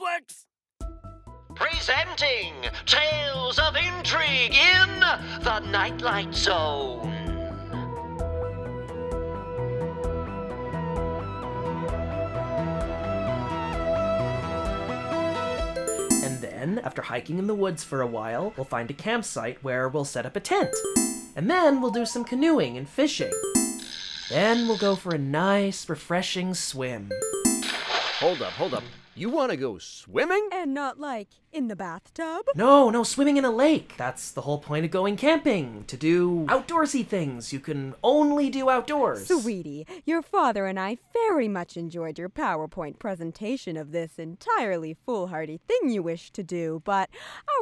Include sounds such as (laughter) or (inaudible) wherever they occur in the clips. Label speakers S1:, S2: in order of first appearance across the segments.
S1: works!
S2: Presenting Tales of Intrigue in the Nightlight Zone.
S3: And then, after hiking in the woods for a while, we'll find a campsite where we'll set up a tent. And then we'll do some canoeing and fishing. Then we'll go for a nice, refreshing swim.
S4: Hold up, hold up. You want to go swimming?
S1: And not like in the bathtub?
S3: No, no, swimming in a lake. That's the whole point of going camping to do outdoorsy things you can only do outdoors.
S1: Sweetie, your father and I very much enjoyed your PowerPoint presentation of this entirely foolhardy thing you wish to do, but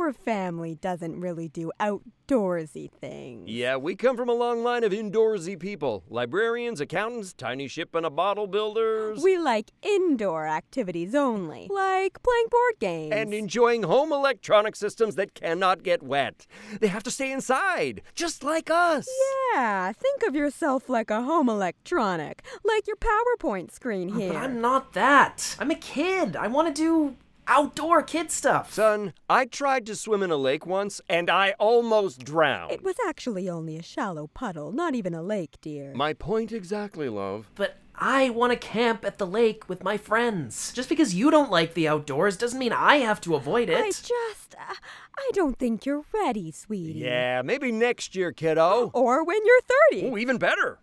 S1: our family doesn't really do outdoorsy things.
S4: Yeah, we come from a long line of indoorsy people librarians, accountants, tiny ship and a bottle builders,
S1: We like indoor activities only, like playing board games.
S4: and enjoying home electronic systems that cannot get wet. They have to stay inside, just like us.
S1: yeah, think of yourself like a home electronic, like your PowerPoint screen here.
S3: Oh, But I'm not that. I'm a kid. I want to do outdoor kid stuff.
S4: Son, I tried to swim in a lake once and I almost drowned.
S1: It was actually only a shallow puddle, not even a lake, dear.
S4: My point exactly, love.
S3: But I want to camp at the lake with my friends. Just because you don't like the outdoors doesn't mean I have to avoid it.
S1: I just, uh, I don't think you're ready, sweetie.
S4: Yeah, maybe next year,
S1: (gasps)
S4: kiddo.
S1: Or when you're 30.
S4: Oh, even better.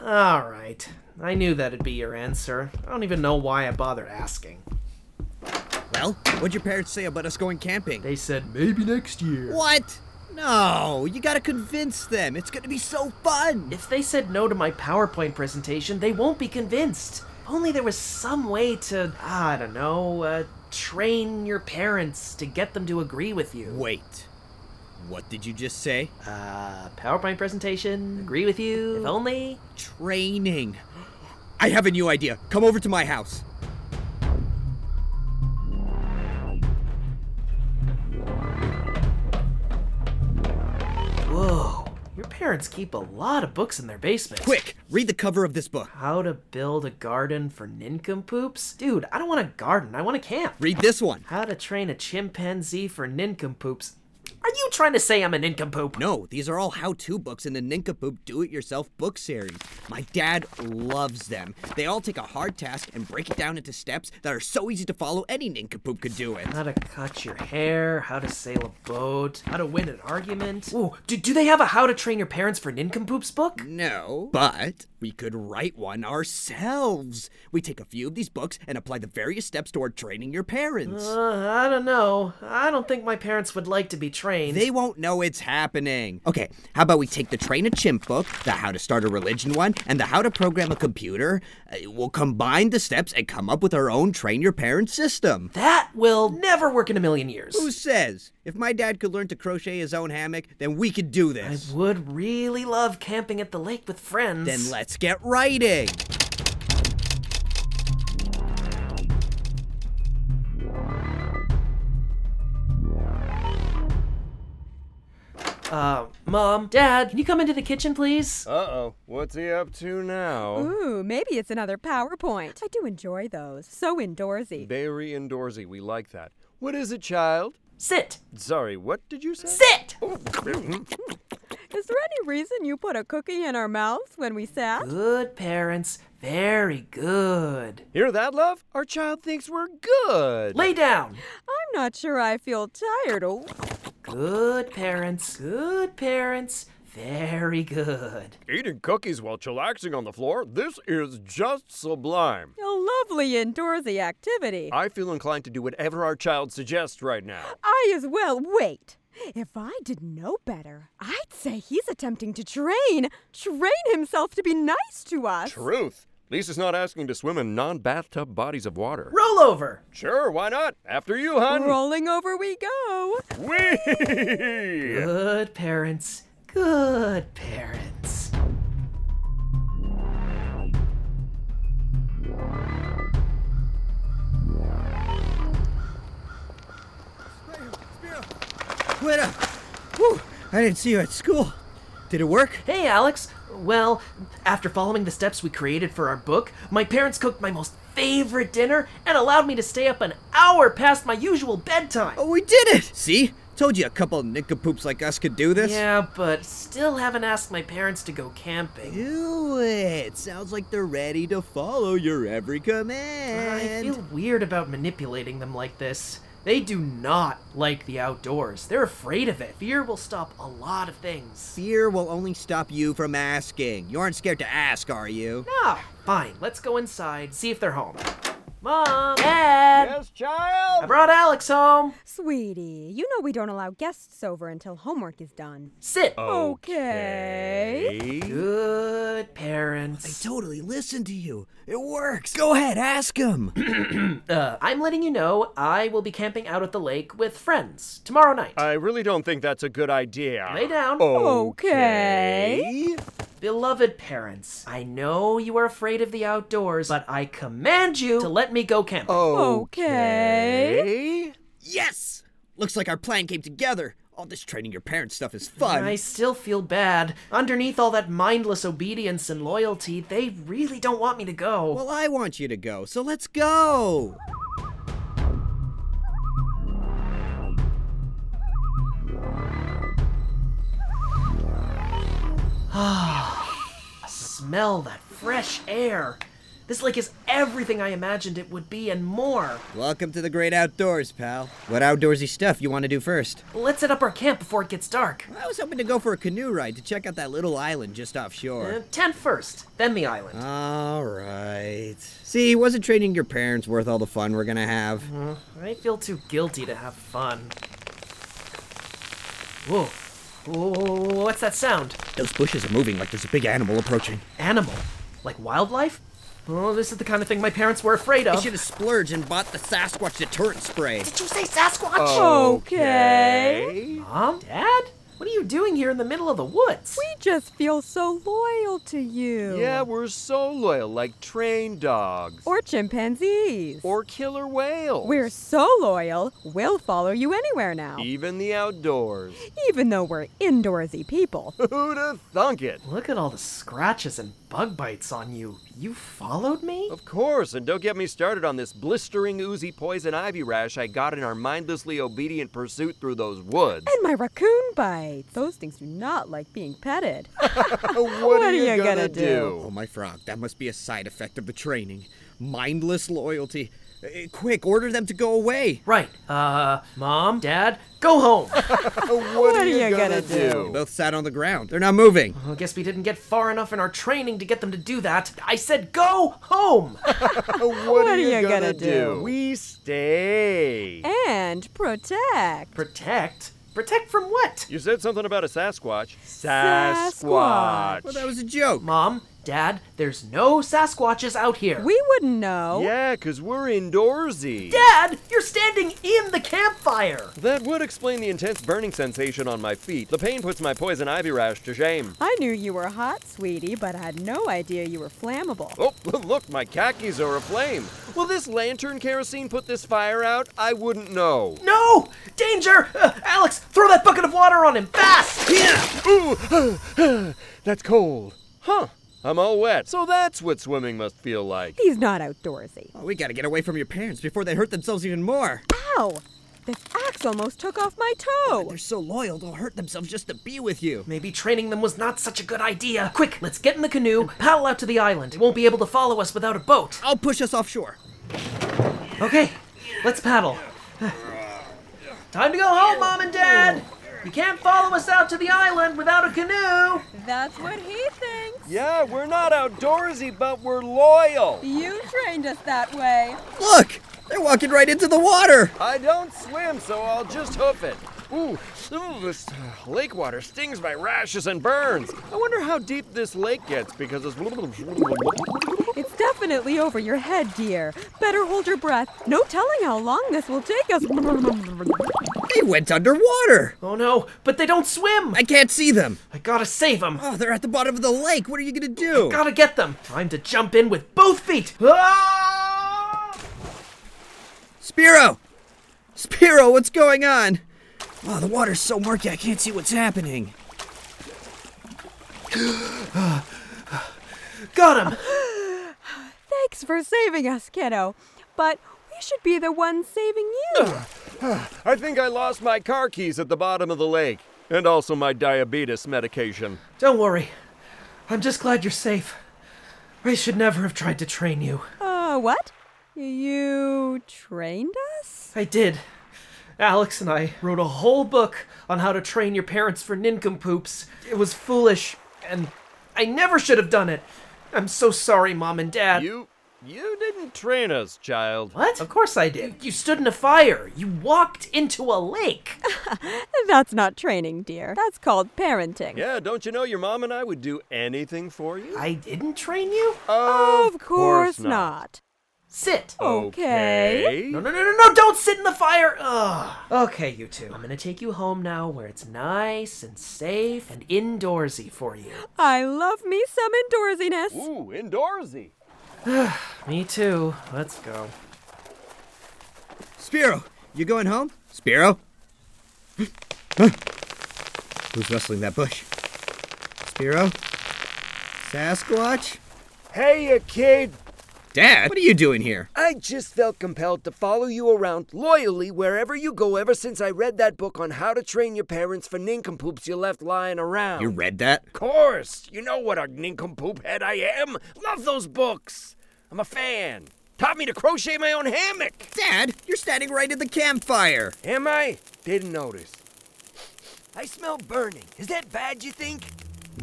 S3: All right. I knew that'd be your answer. I don't even know why I bothered asking.
S5: Well, what'd your parents say about us going camping?
S3: They said maybe next year.
S5: What? No, you gotta convince them. It's gonna be so fun.
S3: If they said no to my PowerPoint presentation, they won't be convinced. If Only there was some way to, I don't know, uh, train your parents to get them to agree with you.
S5: Wait, what did you just say?
S3: Uh, PowerPoint presentation, agree with you. If only.
S5: Training. I have a new idea. Come over to my house.
S3: Whoa. Your parents keep a lot of books in their basement.
S5: Quick, read the cover of this book.
S3: How to build a garden for nincompoops? Dude, I don't want a garden, I want a camp.
S5: Read this one.
S3: How to train a chimpanzee for nincompoops. Are you trying to say I'm a nincompoop?
S5: No, these are all how to books in the Nincompoop Do It Yourself book series. My dad loves them. They all take a hard task and break it down into steps that are so easy to follow, any Nincompoop could do it.
S3: How to cut your hair, how to sail a boat, how to win an argument. Ooh, do, do they have a How to Train Your Parents for Nincompoops book?
S5: No, but we could write one ourselves. We take a few of these books and apply the various steps toward training your parents.
S3: Uh, I don't know. I don't think my parents would like to be trained.
S5: They won't know it's happening. Okay, how about we take the Train a Chimp book, the How to Start a Religion one, and the How to Program a Computer? Uh, We'll combine the steps and come up with our own Train Your Parents system.
S3: That will never work in a million years.
S5: Who says? If my dad could learn to crochet his own hammock, then we could do
S3: I
S5: this.
S3: would really love camping at the lake with friends.
S5: Then let's get writing.
S3: Uh, Mom, Dad, can you come into the kitchen, please?
S4: Uh oh. What's he up to now?
S1: Ooh, maybe it's another PowerPoint. I do enjoy those. So indoorsy.
S4: Very indoorsy. We like that. What is it, child?
S3: Sit.
S4: Sorry, what did you say?
S3: Sit!
S1: Is there any reason you put a cookie in our mouths when we sat?
S3: Good parents. Very good.
S4: (laughs) Hear that, love? Our child thinks we're good.
S3: Lay down.
S1: I'm not sure I feel tired. Oh,
S3: Good parents. Good parents. Very good.
S4: Eating cookies while chillaxing on the floor? This is just sublime.
S1: a lovely indoorsy activity.
S4: I feel inclined to do whatever our child suggests right now.
S1: I as well. Wait. If I didn't know better, I'd say he's attempting to train, train himself to be nice to us.
S4: Truth. Lisa's not asking to swim in non bathtub bodies of water.
S3: Roll over.
S4: Sure, why not? After you, hon.
S1: Rolling over we go.
S4: Whee!
S3: Good parents. Good parents.
S5: Quitta! uh, Whew, I didn't see you at school. Did it work?
S3: Hey, Alex. Well, after following the steps we created for our book, my parents cooked my most favorite dinner and allowed me to stay up an hour past my usual bedtime.
S5: Oh, we did it! See? Told you a couple of nincompoops like us could do this.
S3: Yeah, but still haven't asked my parents to go camping.
S5: Do it. Sounds like they're ready to follow your every command.
S3: I feel weird about manipulating them like this. They do not like the outdoors. They're afraid of it. Fear will stop a lot of things.
S5: Fear will only stop you from asking. You aren't scared to ask, are you?
S3: Ah, fine. Let's go inside, see if they're home. Mom! Dad!
S4: Yes,
S3: I
S4: child.
S3: brought Alex home!
S1: Sweetie, you know we don't allow guests over until homework is done.
S3: Sit!
S1: Oh. Okay.
S3: Good parents.
S5: Totally listen to you. It works. Go ahead, ask him.
S3: Uh, I'm letting you know I will be camping out at the lake with friends tomorrow night.
S4: I really don't think that's a good idea.
S3: Lay down.
S1: Oh. Okay.
S3: Beloved parents, I know you are afraid of the outdoors, but I command you to let me go camping.
S1: Okay.
S4: Okay.
S5: (clears throat) yes! Looks like our plan came together. All this training your parents stuff is fun.
S3: I still feel bad. Underneath all that mindless obedience and loyalty, they really don't want me to go.
S5: Well, I want you to go, so let's go.
S3: Smell that fresh air. This lake is everything I imagined it would be and more.
S5: Welcome to the great outdoors, pal. What outdoorsy stuff you want to do first?
S3: Let's set up our camp before it gets dark.
S5: I was hoping to go for a canoe ride to check out that little island just offshore.
S3: Uh, tent first, then the island.
S5: All right. See, wasn't training your parents worth all the fun we're gonna have?
S3: I feel too guilty to have fun. Whoa. Whoa, what's that sound?
S5: Those bushes are moving like there's a big animal approaching.
S3: Animal? Like wildlife? Oh, this is the kind of thing my parents were afraid
S5: I
S3: of.
S5: should have splurged and bought the Sasquatch deterrent spray.
S3: Did you say Sasquatch?
S1: Okay.
S3: Mom? Dad? What are you doing here in the middle of the woods?
S1: We just feel so loyal to you.
S4: Yeah, we're so loyal, like trained dogs.
S1: Or chimpanzees.
S4: Or killer whales.
S1: We're so loyal, we'll follow you anywhere now.
S4: Even the outdoors. (laughs)
S1: Even though we're indoorsy (laughs) people.
S4: Who'd have thunk it?
S3: Look at all the scratches and bug bites on you. You followed me?
S4: Of course, and don't get me started on this blistering, oozy poison ivy rash I got in our mindlessly obedient pursuit through those
S1: (laughs)
S4: woods.
S1: And my raccoon bites. Those things do not like being (laughs) petted.
S4: what,
S1: are you gonna do?
S5: Oh, my frog, that must be a side effect of the training. Mindless loyalty. Uh, quick, order them to go away.
S3: Right. Uh, Mom, Dad, go home. (laughs)
S4: What,
S1: are you gonna
S5: They both sat on the ground. They're not moving.
S3: I guess we didn't get far enough in our training to get them to do that. I said go home.
S4: Uh, What,
S1: are you gonna do?
S4: We stay.
S1: and protect.
S3: Protect? Protect from what?
S4: You said something about a Sasquatch.
S1: Sasquatch.
S5: Well, that was a joke.
S3: Mom, Dad, there's no Sasquatches out here.
S1: We wouldn't know.
S4: Yeah, 'cause we're indoorsy.
S3: Dad, you're standing in the campfire.
S4: That would explain the intense burning sensation on my feet. The pain puts my poison ivy rash to shame.
S1: I knew you were hot, sweetie, but I had no idea you were flammable.
S4: Oh, (laughs) look, my khakis are aflame. Will this lantern kerosene put this fire out? I wouldn't know.
S3: No! Danger! Uh, Alex, throw that bucket of water on him fast.
S4: That's cold. Huh. I'm all wet. So that's what swimming must feel like.
S1: He's not outdoorsy.
S5: Oh, we gotta get away from your parents before they hurt themselves even more.
S1: Ow! This axe almost took off my toe.
S5: They're so loyal, they'll hurt themselves just to be with you.
S3: Maybe training them was not such a good idea. Quick, let's get in the canoe and paddle out to the island. They won't be able to follow us without a boat.
S5: I'll push us offshore.
S3: Okay, let's paddle. (sighs) Time to go home, Mom and Dad! You can't follow us out to the island without a canoe!
S1: That's what he thinks.
S4: Yeah, we're not outdoorsy, but we're loyal.
S1: You trained us that way.
S5: Look! They're walking right into the water!
S4: I don't swim, so I'll just hoof it. Ooh, ooh, this uh, lake water stings my rashes and burns. I wonder how deep this lake gets because it's. (laughs)
S1: It's definitely over your head, dear. Better hold your breath. No telling how long this will take us.
S5: They went underwater!
S3: Oh no, but they don't swim!
S5: I can't see them!
S3: I gotta save them!
S5: Oh, they're at the bottom of the lake! What are you gonna do?
S3: Gotta get them! Time to jump in with both feet! Ah!
S5: Spiro! Spiro, what's going on? Oh, the water's so murky I can't see what's happening.
S3: Got him!
S1: Thank Thanks for saving us, kiddo. But we should be the ones saving you.
S4: I think I lost my car keys at the bottom of the lake, and also my diabetes medication.
S3: Don't worry. I'm just glad you're safe. I should never have tried to train you.
S1: uh, what? You trained us?
S3: I did. Alex and I wrote a whole book on how to train your parents for nincompoops. It was foolish, and I never should have done it. I'm so sorry, Mom and Dad.
S4: You. You didn't train us, child.
S3: What? Of course I did. You, you stood in a fire. You walked into a lake. (laughs)
S1: That's not training, dear. That's called parenting.
S4: Yeah, don't you know your mom and I would do anything for you?
S3: I didn't train you?
S1: Of course not.
S3: Sit.
S1: Okay.
S3: No, no, no, no, no, don't sit in the fire! Ugh. Okay, you two. I'm gonna take you home now where it's nice and safe and indoorsy for you.
S1: I love me some indoorsiness.
S4: Ooh, indoorsy.
S3: Me too. Let's go.
S5: Spiro, you going home? Spiro? (gasps) Huh? Who's rustling that bush? Spiro? Sasquatch?
S4: Hey, you kid.
S5: Dad, what are you doing here?
S6: I just felt compelled to follow you around loyally wherever you go ever since I read that book on how to train your parents for nincompoops you left lying around.
S5: You read that?
S6: Of course! You know what a nincompoop head I am! Love those books! I'm a fan! Taught me to crochet my own hammock!
S5: Dad, you're standing right at the campfire.
S6: Am I? Didn't notice. I smell burning. Is that bad, you think?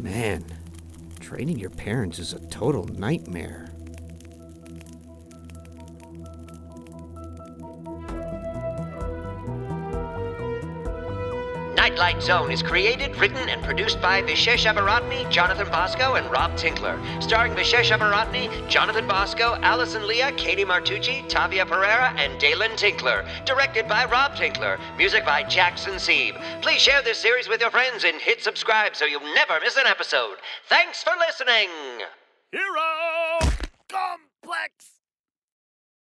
S5: Man, training your parents is a total nightmare.
S2: Nightlight Zone is created, written, and produced by Vishesh Abaratne, Jonathan Bosco, and Rob Tinkler. Starring Vishesh Abaratne, Jonathan Bosco, Allison Leah, Katie Martucci, Tavia Pereira, and Dalen Tinkler. Directed by Rob Tinkler. Music by Jackson Sieb. Please share this series with your friends and hit subscribe so you'll never miss an episode. Thanks for listening!
S4: Hero! Complex!